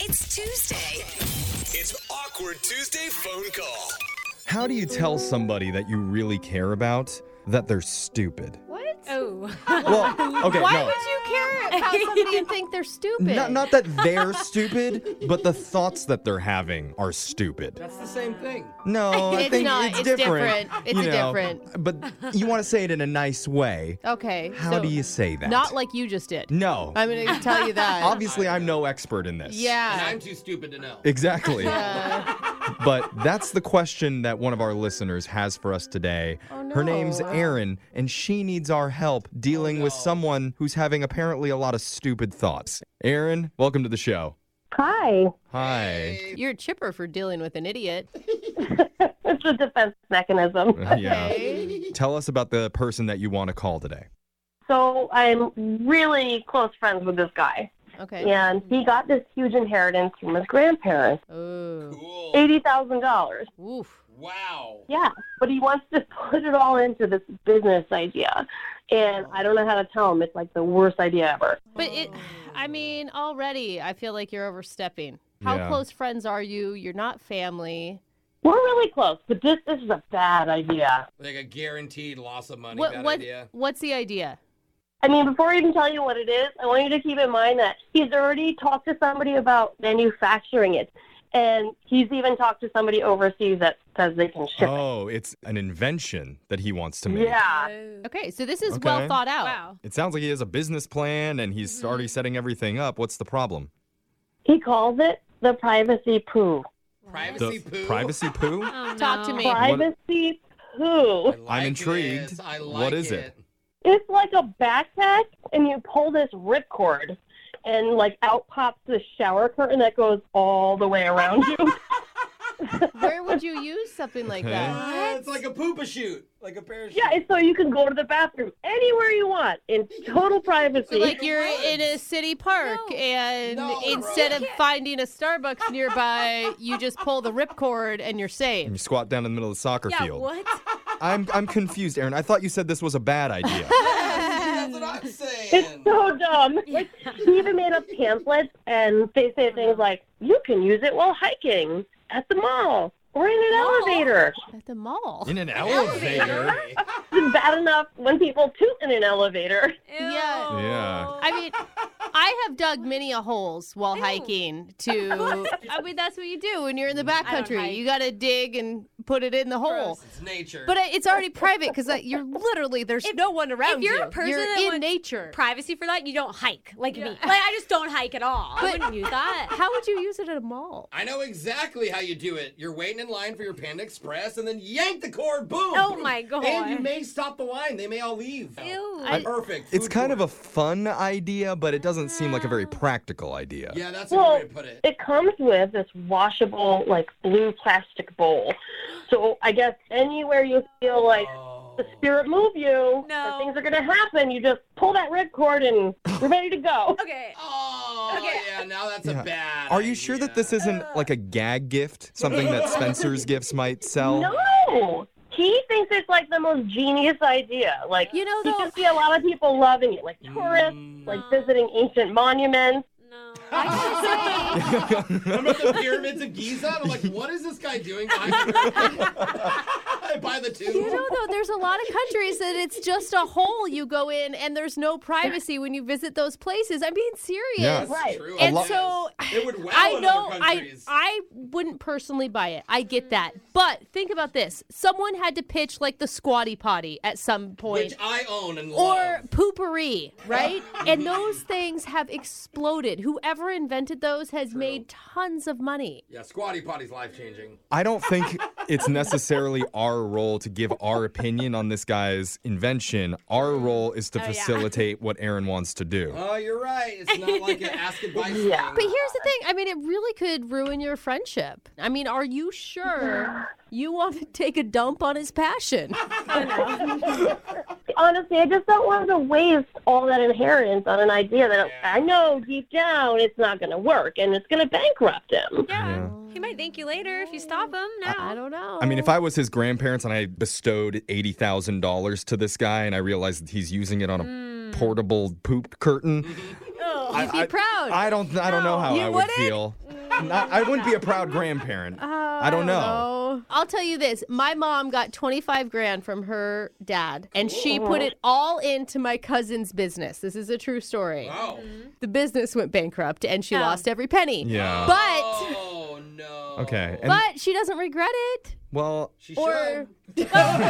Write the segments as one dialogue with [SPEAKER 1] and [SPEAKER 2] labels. [SPEAKER 1] Tuesday.
[SPEAKER 2] It's Awkward Tuesday phone call.
[SPEAKER 3] How do you tell somebody that you really care about that they're stupid?
[SPEAKER 4] What?
[SPEAKER 5] Oh.
[SPEAKER 3] Well, okay,
[SPEAKER 4] Why
[SPEAKER 3] no.
[SPEAKER 4] would you care about somebody and think they're stupid?
[SPEAKER 3] Not, not that they're stupid, but the thoughts that they're having are stupid.
[SPEAKER 6] That's the same thing.
[SPEAKER 3] No, I
[SPEAKER 4] It's
[SPEAKER 3] think
[SPEAKER 4] not.
[SPEAKER 3] it's
[SPEAKER 4] It's
[SPEAKER 3] different.
[SPEAKER 4] different. It's
[SPEAKER 3] you
[SPEAKER 4] a
[SPEAKER 3] know,
[SPEAKER 4] different.
[SPEAKER 3] But you want to say it in a nice way.
[SPEAKER 4] Okay.
[SPEAKER 3] How
[SPEAKER 4] so
[SPEAKER 3] do you say that?
[SPEAKER 4] Not like you just did.
[SPEAKER 3] No.
[SPEAKER 4] I'm going to tell you that.
[SPEAKER 3] Obviously, I'm no expert in this.
[SPEAKER 6] And
[SPEAKER 4] Yeah.
[SPEAKER 6] I'm too stupid to know.
[SPEAKER 3] Exactly.
[SPEAKER 4] Uh,
[SPEAKER 3] But that's the question that one of our listeners has for us today.
[SPEAKER 4] Oh,
[SPEAKER 3] Her
[SPEAKER 4] no.
[SPEAKER 3] name's
[SPEAKER 4] Wow.
[SPEAKER 3] Erin, and she needs our help dealing with
[SPEAKER 6] no.
[SPEAKER 3] someone who's having apparently a lot of stupid thoughts. Erin, welcome to the show.
[SPEAKER 7] Hi.
[SPEAKER 3] Hi.
[SPEAKER 4] you're chipper for dealing with an idiot.
[SPEAKER 7] It's a defense mechanism.
[SPEAKER 3] Yeah.
[SPEAKER 4] Okay.
[SPEAKER 3] Tell us about the person that you want to call today.
[SPEAKER 7] So I'm really close friends with this guy,
[SPEAKER 4] Okay.
[SPEAKER 7] and he got this huge inheritance from his grandparents
[SPEAKER 4] Oh.
[SPEAKER 6] Cool.
[SPEAKER 7] $80,000.
[SPEAKER 4] Oof.
[SPEAKER 6] Wow.
[SPEAKER 7] Yeah, but he wants to put it all into this business idea. And I don't know how to tell him. It's like the worst idea ever.
[SPEAKER 4] But it, I mean, already I feel like you're overstepping. How
[SPEAKER 3] Yeah.
[SPEAKER 4] close friends are you? You're not family.
[SPEAKER 7] We're really close, but this, this is a bad idea.
[SPEAKER 6] Like a guaranteed loss of money.
[SPEAKER 4] What
[SPEAKER 6] bad
[SPEAKER 4] what
[SPEAKER 6] idea.
[SPEAKER 4] what's the idea?
[SPEAKER 7] I mean, before I even tell you what it is, I want you to keep in mind that he's already talked to somebody about manufacturing it. And he's even talked to somebody overseas that says they can ship it.
[SPEAKER 3] Oh, it's an invention that he wants to make.
[SPEAKER 7] Yeah.
[SPEAKER 4] Okay, so this is well
[SPEAKER 3] Okay.
[SPEAKER 4] thought out.
[SPEAKER 5] Oh, Wow.
[SPEAKER 3] It sounds like he has a business plan and he's already setting everything up. What's the problem?
[SPEAKER 7] He calls it the privacy poo.
[SPEAKER 6] Privacy
[SPEAKER 3] the
[SPEAKER 6] poo.
[SPEAKER 3] privacy poo?
[SPEAKER 5] Oh,
[SPEAKER 4] Talk to
[SPEAKER 5] no.
[SPEAKER 4] me.
[SPEAKER 7] Privacy
[SPEAKER 6] I
[SPEAKER 7] poo.
[SPEAKER 6] like
[SPEAKER 3] intrigued.
[SPEAKER 6] this. I like
[SPEAKER 3] What is it?
[SPEAKER 7] It's like a backpack, and you pull this ripcord, and like out pops this shower curtain that goes all the way around you.
[SPEAKER 4] Where would you use something like
[SPEAKER 3] Okay.
[SPEAKER 4] that?
[SPEAKER 6] Ah, it's like a poopa shoot. Like a parachute.
[SPEAKER 7] yeah, it's so you can go to the bathroom anywhere you want in total privacy.
[SPEAKER 4] Like you're in a city park,
[SPEAKER 5] No.
[SPEAKER 4] and
[SPEAKER 6] No,
[SPEAKER 4] instead of finding a Starbucks nearby, you just pull the ripcord and you're
[SPEAKER 3] And
[SPEAKER 4] safe.
[SPEAKER 3] you squat down in the middle of the soccer
[SPEAKER 5] Yeah,
[SPEAKER 3] field.
[SPEAKER 5] what?
[SPEAKER 3] I'm I'm confused, Aaron. I thought you said this was a bad idea.
[SPEAKER 6] That's what I'm
[SPEAKER 7] It's
[SPEAKER 6] saying.
[SPEAKER 7] so dumb. Like he even made up pamphlets, and they say things like, "You can use it while hiking at the mall or in an elevator."
[SPEAKER 4] At the mall.
[SPEAKER 3] in an elevator.
[SPEAKER 7] It's bad enough when people toot in an elevator.
[SPEAKER 4] Yeah.
[SPEAKER 3] Yeah.
[SPEAKER 4] I mean, I have dug many a holes while hiking to. I mean, that's what you do when you're in the
[SPEAKER 5] hike.
[SPEAKER 4] backcountry. You got to dig and put it in the hole.
[SPEAKER 5] Gross.
[SPEAKER 6] It's nature.
[SPEAKER 4] But I- it's already private because you're literally there's no one around
[SPEAKER 5] you're a
[SPEAKER 4] you.
[SPEAKER 5] person
[SPEAKER 4] you're
[SPEAKER 5] that
[SPEAKER 4] in
[SPEAKER 5] wants-
[SPEAKER 4] nature.
[SPEAKER 5] Privacy for that? You don't hike like me. Like I just don't hike at all. I
[SPEAKER 4] But-
[SPEAKER 5] wouldn't use that.
[SPEAKER 4] How would you use it at a mall?
[SPEAKER 6] I know exactly how you do it. You're waiting in line for your Panda Express and then yank the cord, boom!
[SPEAKER 5] Oh my god.
[SPEAKER 6] And you may stop the line. They may all leave.
[SPEAKER 5] Ew.
[SPEAKER 4] I-
[SPEAKER 6] Perfect.
[SPEAKER 3] It's
[SPEAKER 6] Food
[SPEAKER 3] kind of
[SPEAKER 6] court.
[SPEAKER 3] a fun idea, but it doesn't seem like a very practical idea.
[SPEAKER 6] Yeah, that's a
[SPEAKER 7] Well,
[SPEAKER 6] good way to put it.
[SPEAKER 7] it comes with this washable, like blue plastic bowl. So I guess anywhere you feel like
[SPEAKER 6] Oh.
[SPEAKER 7] the spirit move you,
[SPEAKER 5] No.
[SPEAKER 7] or things are gonna happen, you just pull that ripcord and you're ready to go.
[SPEAKER 5] okay.
[SPEAKER 6] Oh,
[SPEAKER 5] Okay.
[SPEAKER 6] yeah, now that's
[SPEAKER 3] Yeah.
[SPEAKER 6] a bad.
[SPEAKER 3] Are you sure that this
[SPEAKER 6] idea.
[SPEAKER 3] isn't like a gag gift? Something that Spencer's gifts might sell?
[SPEAKER 7] No, he thinks it's like the most genius idea. Like
[SPEAKER 4] You know,
[SPEAKER 7] he
[SPEAKER 4] though-
[SPEAKER 7] can see a lot of people loving it, like tourists,
[SPEAKER 6] Mm.
[SPEAKER 7] like visiting ancient monuments.
[SPEAKER 5] No.
[SPEAKER 6] I'm at the pyramids of Giza. and I'm like, what is this guy doing behind the pyramid? By the tube?
[SPEAKER 4] You know, though, there's a lot of countries that it's just a hole you go in and there's no privacy when you visit those places. I'm being serious.
[SPEAKER 3] Yeah.
[SPEAKER 7] Right.
[SPEAKER 6] True,
[SPEAKER 4] And
[SPEAKER 6] I guess.
[SPEAKER 4] so
[SPEAKER 6] it would wow
[SPEAKER 4] I
[SPEAKER 6] in
[SPEAKER 4] know
[SPEAKER 6] other
[SPEAKER 4] I
[SPEAKER 6] countries.
[SPEAKER 4] I wouldn't personally buy it. I get that. But think about this. Someone had to pitch like the squatty potty at some point.
[SPEAKER 6] which I own and
[SPEAKER 4] or
[SPEAKER 6] love.
[SPEAKER 4] poopery, right? and those things have exploded. Whoever invented those has made tons of money.
[SPEAKER 6] yeah, squatty potty's life changing.
[SPEAKER 3] I don't think it's necessarily our role to give our opinion on this guy's invention. Our role is to facilitate what Aaron wants to do.
[SPEAKER 6] Oh, you're right. It's not like an ask advice
[SPEAKER 7] Yeah.
[SPEAKER 4] But
[SPEAKER 6] thing.
[SPEAKER 4] here's the thing. I mean, it really could ruin your friendship. I mean, are you sure you want to take a dump on his passion?
[SPEAKER 7] Honestly, I just don't want to waste all that inheritance on an idea that
[SPEAKER 6] Yeah.
[SPEAKER 7] I know deep down it's not gonna work and it's gonna bankrupt him.
[SPEAKER 5] yeah.
[SPEAKER 3] Yeah.
[SPEAKER 5] He might thank you later if you stop him now.
[SPEAKER 4] I don't know.
[SPEAKER 3] I mean, if I was his grandparents and I bestowed eighty thousand dollars to this guy, and I realized that he's using it on a portable poop curtain,
[SPEAKER 4] you'd be proud.
[SPEAKER 3] I don't, I don't know how
[SPEAKER 4] You
[SPEAKER 3] I would
[SPEAKER 4] wouldn't? Mm.
[SPEAKER 3] feel. Not, I wouldn't be a proud grandparent. I don't know.
[SPEAKER 4] Oh, I'll tell you this. My mom got 25 grand from her dad, and she put it all into my cousin's business. This is a true story.
[SPEAKER 6] Wow.
[SPEAKER 4] The business went bankrupt, and she
[SPEAKER 5] Oh.
[SPEAKER 4] lost every penny.
[SPEAKER 3] Yeah.
[SPEAKER 4] But,
[SPEAKER 6] Oh no.
[SPEAKER 3] Okay. And,
[SPEAKER 4] but she doesn't regret it.
[SPEAKER 3] well,
[SPEAKER 6] She
[SPEAKER 4] Or-
[SPEAKER 6] should.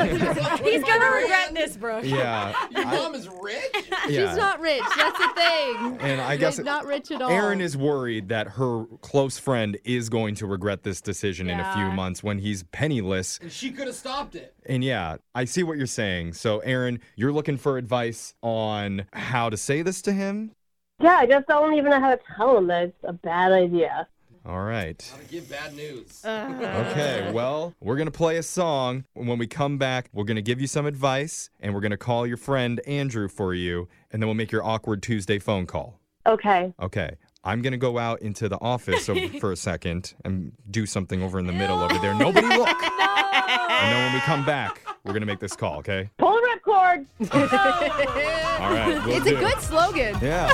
[SPEAKER 5] He's gonna regret this, bro.
[SPEAKER 3] yeah.
[SPEAKER 6] Your
[SPEAKER 3] I-
[SPEAKER 6] mom is rich.
[SPEAKER 3] yeah.
[SPEAKER 4] She's not rich. That's the thing.
[SPEAKER 3] And I guess
[SPEAKER 4] She's not rich at all.
[SPEAKER 3] Aaron is worried that her close friend is going to regret this decision in a few
[SPEAKER 5] Yeah.
[SPEAKER 3] months when he's penniless.
[SPEAKER 6] And she could have stopped it.
[SPEAKER 3] And yeah, I see what you're saying. So, Aaron, you're looking for advice on how to say this to him?
[SPEAKER 7] Yeah, I just don't even know how to tell him that it's a bad idea.
[SPEAKER 3] All right.
[SPEAKER 6] How to give bad news.
[SPEAKER 5] Uh.
[SPEAKER 3] Okay, well, we're going to play a song. When we come back, we're going to give you some advice and we're going to call your friend Andrew for you, and then we'll make your awkward Tuesday phone call.
[SPEAKER 7] Okay.
[SPEAKER 3] Okay. I'm going to go out into the office over for a second and do something over in the middle over there. Nobody look.
[SPEAKER 5] Oh.
[SPEAKER 3] And then when we come back, we're going to make this call, okay?
[SPEAKER 7] Pull the ripcord.
[SPEAKER 3] All right. we'll
[SPEAKER 4] It's a
[SPEAKER 3] do.
[SPEAKER 4] good slogan.
[SPEAKER 3] Yeah.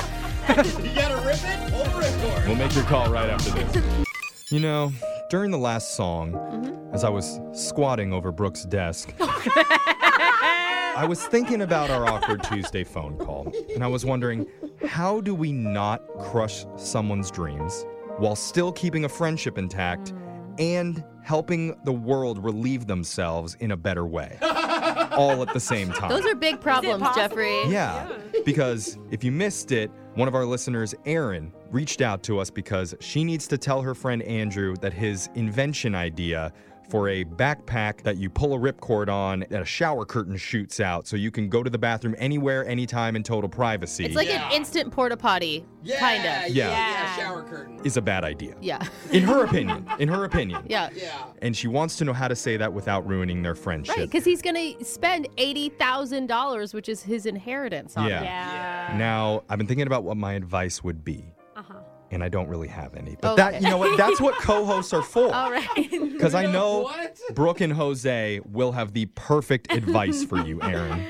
[SPEAKER 6] You gotta rip it over it for.
[SPEAKER 3] We'll make your call right after this. You know, during the last song, as I was squatting over Brooke's desk, I was thinking about our awkward Tuesday phone call, and I was wondering how do we not crush someone's dreams while still keeping a friendship intact and helping the world relieve themselves in a better way, all at the same time.
[SPEAKER 4] Those are big problems,
[SPEAKER 5] possible?
[SPEAKER 4] Jeffrey.
[SPEAKER 3] Yeah, because if you missed it, one of our listeners, Erin, reached out to us because she needs to tell her friend Andrew that his invention idea for a backpack that you pull a ripcord on that a shower curtain shoots out so you can go to the bathroom anywhere, anytime in total privacy
[SPEAKER 4] It's like
[SPEAKER 6] Yeah.
[SPEAKER 4] an instant porta potty,
[SPEAKER 6] Yeah,
[SPEAKER 4] kind of.
[SPEAKER 6] Yeah.
[SPEAKER 5] Yeah.
[SPEAKER 6] Shower curtain.
[SPEAKER 3] is a bad idea.
[SPEAKER 4] Yeah.
[SPEAKER 3] In her opinion. In her opinion.
[SPEAKER 4] Yeah.
[SPEAKER 6] Yeah.
[SPEAKER 3] And she wants to know how to say that without ruining their friendship.
[SPEAKER 4] Right, because he's going to spend $80,000, which is his inheritance on
[SPEAKER 3] Yeah.
[SPEAKER 4] it.
[SPEAKER 5] Yeah.
[SPEAKER 3] Now, I've been thinking about what my advice would be.
[SPEAKER 5] Uh-huh.
[SPEAKER 3] and I don't really have any. But
[SPEAKER 4] Oh, Okay. Oh,
[SPEAKER 3] that, you know what? That's what co-hosts are
[SPEAKER 4] All
[SPEAKER 3] for.
[SPEAKER 4] right.
[SPEAKER 3] Because I
[SPEAKER 6] You
[SPEAKER 3] know
[SPEAKER 6] What?
[SPEAKER 3] Brooke and Jose will have the perfect advice for you, Aaron.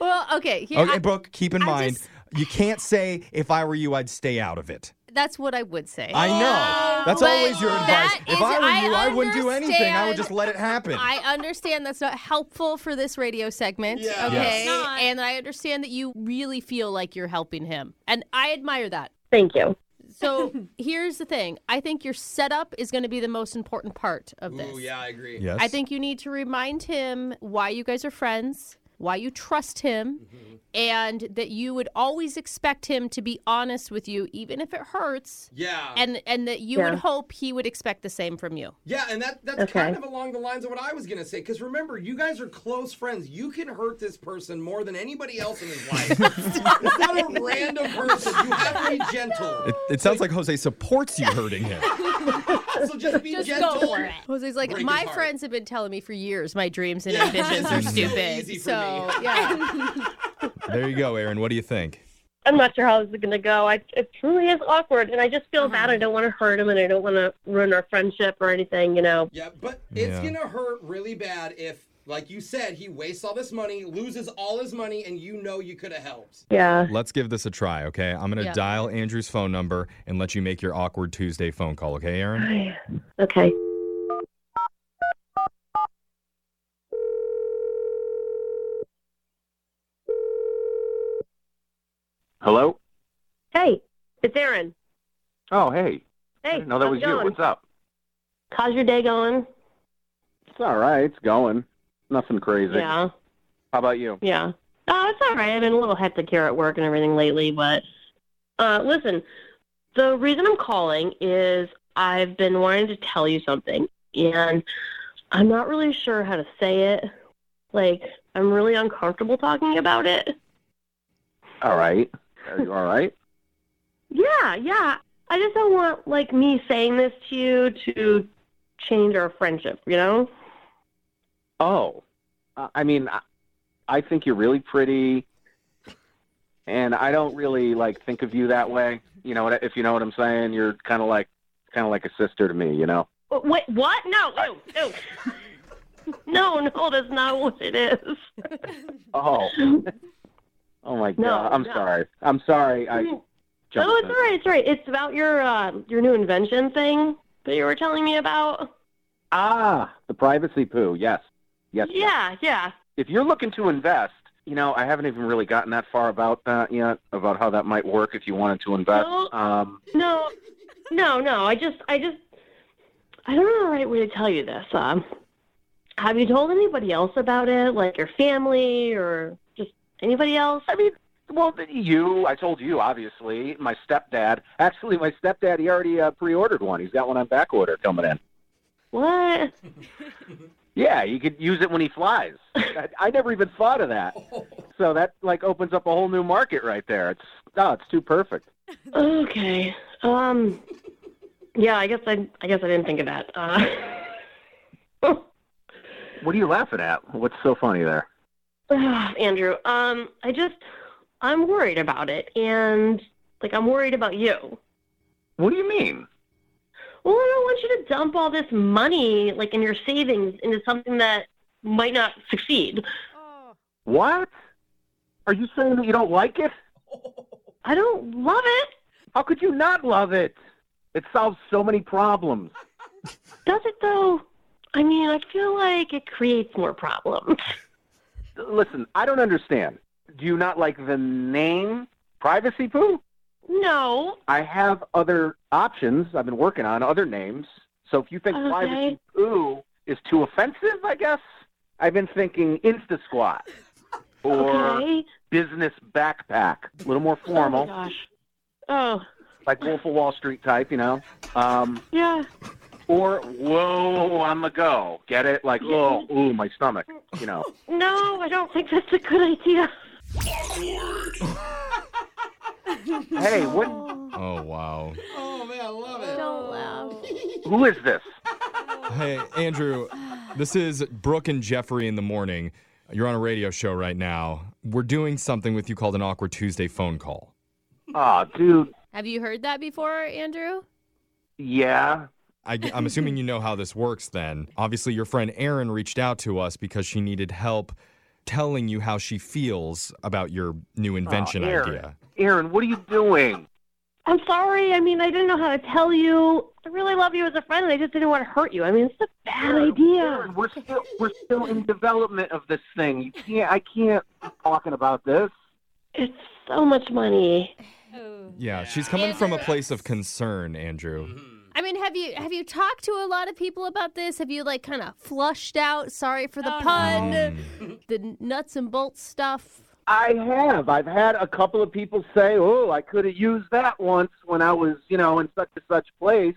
[SPEAKER 4] well, okay. Here,
[SPEAKER 3] Okay,
[SPEAKER 4] I-
[SPEAKER 3] Brooke, keep in
[SPEAKER 4] I
[SPEAKER 3] mind,
[SPEAKER 4] just-
[SPEAKER 3] you can't say, if I were you, I'd stay out of it.
[SPEAKER 4] that's what I would say.
[SPEAKER 3] I know. That's
[SPEAKER 4] But
[SPEAKER 3] always your advice.
[SPEAKER 4] that
[SPEAKER 3] If
[SPEAKER 4] is-
[SPEAKER 3] I were
[SPEAKER 4] I
[SPEAKER 3] you, I wouldn't do anything. I would just
[SPEAKER 4] understand.
[SPEAKER 3] let it happen.
[SPEAKER 4] I understand that's not helpful for this radio segment.
[SPEAKER 6] Yeah.
[SPEAKER 4] Okay.
[SPEAKER 3] Yes.
[SPEAKER 5] It's not.
[SPEAKER 4] And I understand that you really feel like you're helping him. And I admire that.
[SPEAKER 7] Thank you.
[SPEAKER 4] So here's the thing I think your setup is going to be the most important part of this.
[SPEAKER 6] Ooh, yeah, I agree.
[SPEAKER 3] yes.
[SPEAKER 4] I think you need to remind him why you guys are friends, why you trust him,
[SPEAKER 6] Mm-hmm.
[SPEAKER 4] and that you would always expect him to be honest with you, even if it hurts.
[SPEAKER 6] Yeah.
[SPEAKER 4] And, and that you
[SPEAKER 7] Yeah.
[SPEAKER 4] would hope he would expect the same from you.
[SPEAKER 6] Yeah, and that that's
[SPEAKER 7] Okay.
[SPEAKER 6] kind of along the lines of what I was gonna say. Because remember, you guys are close friends. You can hurt this person more than anybody else in his life. it's not a random person. You have to be gentle.
[SPEAKER 3] It, it sounds like Jose supports you hurting him.
[SPEAKER 6] So just be
[SPEAKER 5] Just
[SPEAKER 6] gentle.
[SPEAKER 5] go for it.
[SPEAKER 4] Jose's like,
[SPEAKER 6] Break his
[SPEAKER 4] my
[SPEAKER 6] heart."
[SPEAKER 4] friends have been telling me for years my dreams and
[SPEAKER 6] Yeah,
[SPEAKER 4] ambitions
[SPEAKER 6] this
[SPEAKER 4] are
[SPEAKER 6] is so
[SPEAKER 4] stupid.
[SPEAKER 6] easy for
[SPEAKER 4] so
[SPEAKER 6] me.
[SPEAKER 4] yeah,
[SPEAKER 3] there you go, Aaron. What do you think?
[SPEAKER 7] I'm not sure how this is going to go. I, it truly is awkward, and I just feel bad. I
[SPEAKER 4] Uh-huh.
[SPEAKER 7] don't want to hurt him, and I don't want to ruin our friendship or anything, you know.
[SPEAKER 6] Yeah, but it's
[SPEAKER 3] Yeah.
[SPEAKER 6] gonna hurt really bad if, like you said, he wastes all this money, loses all his money, and you know you could have helped.
[SPEAKER 7] Yeah.
[SPEAKER 3] Let's give this a try, okay? I'm going to
[SPEAKER 4] Yeah.
[SPEAKER 3] dial Andrew's phone number and let you make your awkward Tuesday phone call, okay, Aaron?
[SPEAKER 7] Oh, Okay.
[SPEAKER 1] Hello?
[SPEAKER 7] Hey, it's Aaron.
[SPEAKER 1] Oh, hey. I
[SPEAKER 7] Hey,
[SPEAKER 1] didn't know that
[SPEAKER 7] how's
[SPEAKER 1] was
[SPEAKER 7] it going?
[SPEAKER 1] you. What's up?
[SPEAKER 7] How's your day going?
[SPEAKER 1] It's all right. It's going. Nothing crazy.
[SPEAKER 7] Yeah,
[SPEAKER 1] How about you?
[SPEAKER 7] yeah. Oh, it's all right. I've been a little hectic here at work and everything lately, but uh, listen, the reason I'm calling is I've been wanting to tell you something, and I'm not really sure how to say it. Like, I'm really uncomfortable talking about it.
[SPEAKER 1] All right. Are you all right?
[SPEAKER 7] Yeah, yeah. I just don't want like me saying this to you to change our friendship, you know?
[SPEAKER 1] Oh, I I mean, I, I think you're really pretty, and I don't really like think of you that way. You know, what? if you know what I'm saying, you're kind of like, kind of like a sister to me. You know?
[SPEAKER 7] Wh- Wait, what? No, no, no. no, no, that's not what it is.
[SPEAKER 1] Oh. oh my
[SPEAKER 7] No,
[SPEAKER 1] God. I'm
[SPEAKER 7] no.
[SPEAKER 1] sorry. I'm sorry. I.
[SPEAKER 7] No,
[SPEAKER 1] jumped
[SPEAKER 7] Oh, it's all
[SPEAKER 1] in.
[SPEAKER 7] right, it's all right. It's about your uh, your new um, invention thing. that you were telling me about?
[SPEAKER 1] Ah, the privacy poo. Yes. Yes. yes.
[SPEAKER 7] Yeah, yeah.
[SPEAKER 1] If you're looking to invest, you know, I haven't even really gotten that far about that yet, about how that might work if you wanted to invest.
[SPEAKER 7] Well-
[SPEAKER 1] Um,
[SPEAKER 7] No, no, no. I just, I just, I don't know the right way to tell you this. Um, have you told anybody else about it, like your family or just anybody else?
[SPEAKER 1] I mean, well, you, I told you, obviously, my stepdad. Actually, my stepdad, he already uh, pre ordered one. He's got one on back order coming in.
[SPEAKER 7] What?
[SPEAKER 1] Yeah, you could use it when he flies. I, I never even thought of that. So that like opens up a whole new market right there. It's oh, it's too perfect.
[SPEAKER 7] Okay. Um. Yeah, I guess I, I guess I didn't think of that. Uh,
[SPEAKER 1] What are you laughing at? What's so funny there?
[SPEAKER 7] Ah, Andrew, um, I just, I'm worried about it, and like I'm worried about you.
[SPEAKER 1] What do you mean?
[SPEAKER 7] Well, I don't want you to dump all this money, like in your savings, into something that might not succeed.
[SPEAKER 1] What? Are you saying that you don't like it?
[SPEAKER 7] I don't love it.
[SPEAKER 1] How could you not love it? It solves so many problems.
[SPEAKER 7] Does it though? I mean, I feel like it creates more problems.
[SPEAKER 1] Listen, I don't understand. Do you not like the name Privacy Poo?
[SPEAKER 7] No.
[SPEAKER 1] I have other options I've been working on, other names. So if you think
[SPEAKER 7] Okay.
[SPEAKER 1] Privacy Poo is too offensive, I guess, I've been thinking Insta Squat or
[SPEAKER 7] Okay.
[SPEAKER 1] Business Backpack. A little more
[SPEAKER 7] Oh, my
[SPEAKER 1] formal,
[SPEAKER 7] gosh. Oh,
[SPEAKER 1] like Wolf of Wall Street type, you know? Um,
[SPEAKER 7] yeah.
[SPEAKER 1] or Whoa on the Go. Get it? Like, oh, ooh, my stomach, you know?
[SPEAKER 7] No, I don't think that's a good idea.
[SPEAKER 1] Hey, what?
[SPEAKER 3] Oh, wow.
[SPEAKER 6] Oh man, I love it.
[SPEAKER 5] Don't laugh.
[SPEAKER 1] Who is this?
[SPEAKER 3] Hey, Andrew, this is Brooke and Jeffrey in the morning. You're on a radio show right now. We're doing something with you called an Awkward Tuesday phone call.
[SPEAKER 1] Oh, dude.
[SPEAKER 4] Have you heard that before, Andrew?
[SPEAKER 1] Yeah.
[SPEAKER 3] I, am assuming you know how this works then. Obviously, your friend Erin reached out to us because she needed help telling you how she feels about your new invention
[SPEAKER 1] Erin.
[SPEAKER 3] idea.
[SPEAKER 1] Aaron, what are you doing?
[SPEAKER 7] I'm sorry. I mean, I didn't know how to tell you. I really love you as a friend, and I just didn't want to hurt you. I mean, it's a bad idea.
[SPEAKER 1] Aaron, we're still we're still in development of this thing. You can't I can't be talking about this.
[SPEAKER 7] It's so much money.
[SPEAKER 5] Oh.
[SPEAKER 3] Yeah, she's coming from a place of concern, Andrew.
[SPEAKER 6] Mm.
[SPEAKER 4] I mean, have you have you talked to a lot of people about this? Have you like kind of flushed out? Sorry for the
[SPEAKER 5] Oh, no.
[SPEAKER 4] pun,
[SPEAKER 3] Mm.
[SPEAKER 4] the nuts and bolts stuff.
[SPEAKER 1] I have. I've had a couple of people say, "Oh, I could have used that once when I was, you know, in such and such place."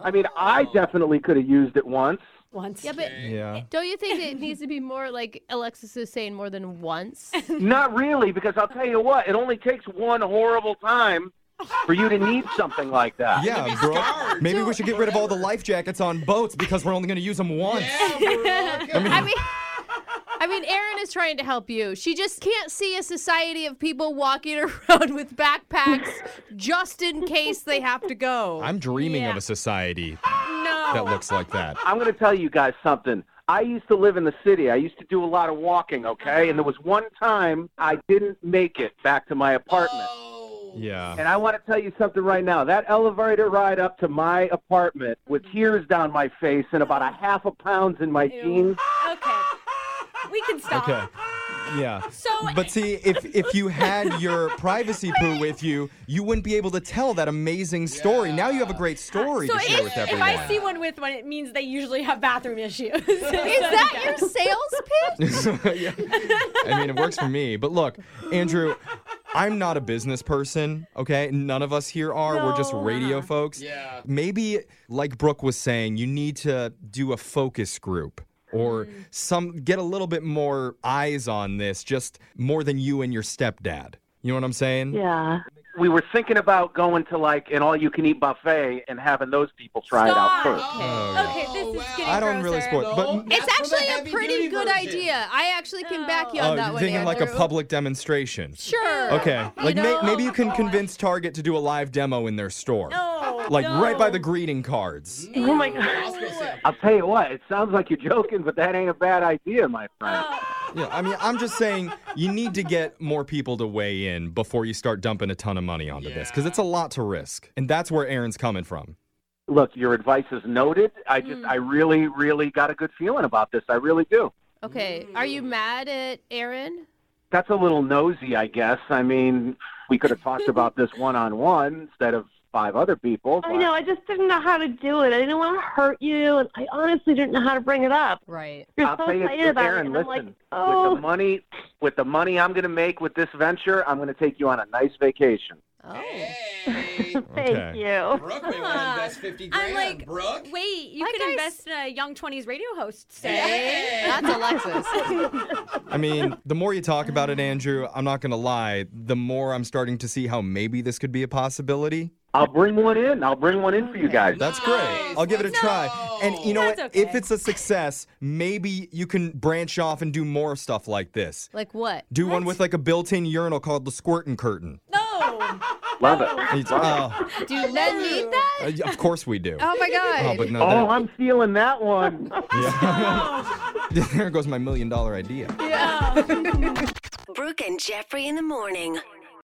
[SPEAKER 1] I mean,
[SPEAKER 6] Oh.
[SPEAKER 1] I definitely could have used it once.
[SPEAKER 5] Once.
[SPEAKER 4] Yeah, but
[SPEAKER 3] Yeah.
[SPEAKER 4] don't you think that it needs to be more like Alexis is saying more than once?
[SPEAKER 1] Not really, because I'll tell you what, it only takes one horrible time for you to need something like that.
[SPEAKER 3] Yeah, Brooke. Maybe we should get rid of all the life jackets on boats because we're only going to use them once.
[SPEAKER 6] Yeah, Brooke. Come
[SPEAKER 4] I mean, I mean, Erin is trying to help you. She just can't see a society of people walking around with backpacks just in case they have to go.
[SPEAKER 3] I'm dreaming of a society that looks like that.
[SPEAKER 1] I'm going to tell you guys something. I used to live in the city. I used to do a lot of walking, okay? And there was one time I didn't make it back to my apartment.
[SPEAKER 3] Yeah.
[SPEAKER 1] And I want to tell you something right now. That elevator ride up to my apartment with tears down my face and about a half a pound in my jeans.
[SPEAKER 5] Okay. We can stop.
[SPEAKER 3] Okay. Yeah.
[SPEAKER 5] So
[SPEAKER 3] But see, if if you had your privacy poo with you, you wouldn't be able to tell that amazing story. Now you have a great story
[SPEAKER 5] so
[SPEAKER 3] to share with
[SPEAKER 5] if, if
[SPEAKER 3] everyone.
[SPEAKER 5] I see one with one, it means they usually have bathroom issues.
[SPEAKER 4] is that your sales pitch?
[SPEAKER 3] Yeah. I mean, it works for me. But look, Andrew, I'm not a business person, okay? None of us here are. We're just
[SPEAKER 5] No,
[SPEAKER 3] radio
[SPEAKER 5] uh-uh.
[SPEAKER 3] folks.
[SPEAKER 6] Yeah.
[SPEAKER 3] Maybe, like Brooke was saying, you need to do a focus group
[SPEAKER 4] Mm.
[SPEAKER 3] or some get a little bit more eyes on this, just more than you and your stepdad. You know what I'm saying? Uh,
[SPEAKER 7] Yeah.
[SPEAKER 1] We were thinking about going to like an all you can eat buffet and having those people try it out first.
[SPEAKER 3] Oh.
[SPEAKER 5] Okay, this is
[SPEAKER 6] wow.
[SPEAKER 5] getting
[SPEAKER 3] I don't really
[SPEAKER 5] grosser.
[SPEAKER 3] support, but
[SPEAKER 4] It's
[SPEAKER 6] That's for the
[SPEAKER 4] actually a pretty
[SPEAKER 6] heavy-duty
[SPEAKER 4] good
[SPEAKER 6] version.
[SPEAKER 4] idea. I actually can back you on
[SPEAKER 5] Oh,
[SPEAKER 3] oh,
[SPEAKER 4] that
[SPEAKER 3] you're
[SPEAKER 4] one.
[SPEAKER 3] thinking like a
[SPEAKER 4] Andrew.
[SPEAKER 3] public demonstration.
[SPEAKER 4] Sure.
[SPEAKER 3] Okay, like may,
[SPEAKER 4] know-
[SPEAKER 3] maybe you can convince Target to do a live demo in their store,
[SPEAKER 5] No,
[SPEAKER 3] like
[SPEAKER 5] no.
[SPEAKER 3] right by the greeting cards.
[SPEAKER 7] Oh my god.
[SPEAKER 6] Costco sale.
[SPEAKER 1] I'll tell you what, it sounds like you're joking, but that ain't a bad idea, my friend.
[SPEAKER 3] Yeah, I mean, I'm just saying you need to get more people to weigh in before you start dumping a ton of money onto this because it's a lot to risk. And that's where Aaron's coming from.
[SPEAKER 1] look, your advice is noted. I just,
[SPEAKER 7] Hmm.
[SPEAKER 1] I really, really got a good feeling about this. I really do.
[SPEAKER 4] Okay. Are you mad at Aaron?
[SPEAKER 1] That's a little nosy, I guess. I mean, we could have talked about this one on one instead of five other people.
[SPEAKER 7] I
[SPEAKER 1] but-
[SPEAKER 7] know. I just didn't know how to do it. I didn't want to hurt you, and I honestly didn't know how to bring it up.
[SPEAKER 8] Right.
[SPEAKER 7] You're
[SPEAKER 1] I'll
[SPEAKER 7] so
[SPEAKER 1] tell you,
[SPEAKER 7] excited about
[SPEAKER 1] Aaron,
[SPEAKER 7] it, and I'm like,
[SPEAKER 1] listen, With the
[SPEAKER 7] oh,
[SPEAKER 1] money, with the money I'm going to make with this venture, I'm going to take you on a nice vacation.
[SPEAKER 4] Oh.
[SPEAKER 6] Hey,
[SPEAKER 7] thank
[SPEAKER 3] Okay.
[SPEAKER 7] you.
[SPEAKER 6] Brooke may want to invest fifty grand.
[SPEAKER 5] I'm like,
[SPEAKER 6] Brooke.
[SPEAKER 5] Wait, you
[SPEAKER 4] That
[SPEAKER 5] could
[SPEAKER 4] guy's-
[SPEAKER 5] invest in a young 20s radio host. Say.
[SPEAKER 6] Hey.
[SPEAKER 8] That's Alexis.
[SPEAKER 3] I mean, the more you talk about it, Andrew, I'm not going to lie, the more I'm starting to see how maybe this could be a possibility.
[SPEAKER 1] I'll bring one in. I'll bring one in for you guys.
[SPEAKER 3] That's great. I'll give it a
[SPEAKER 6] Let's
[SPEAKER 3] try.
[SPEAKER 6] go.
[SPEAKER 3] And you know
[SPEAKER 5] That's
[SPEAKER 3] what?
[SPEAKER 5] okay.
[SPEAKER 3] If it's a success, maybe you can branch off and do more stuff like this.
[SPEAKER 4] Like what?
[SPEAKER 3] Do one with like a built-in urinal called the squirtin' curtain.
[SPEAKER 5] No.
[SPEAKER 1] Love it.
[SPEAKER 3] It's- oh,
[SPEAKER 4] Do men need that?
[SPEAKER 3] uh, of course we do.
[SPEAKER 4] Oh my god.
[SPEAKER 3] Oh, but no.
[SPEAKER 1] Oh,
[SPEAKER 3] that-
[SPEAKER 1] I'm feeling that one.
[SPEAKER 3] there goes my million dollar idea.
[SPEAKER 9] Brooke and Jeffrey in the morning.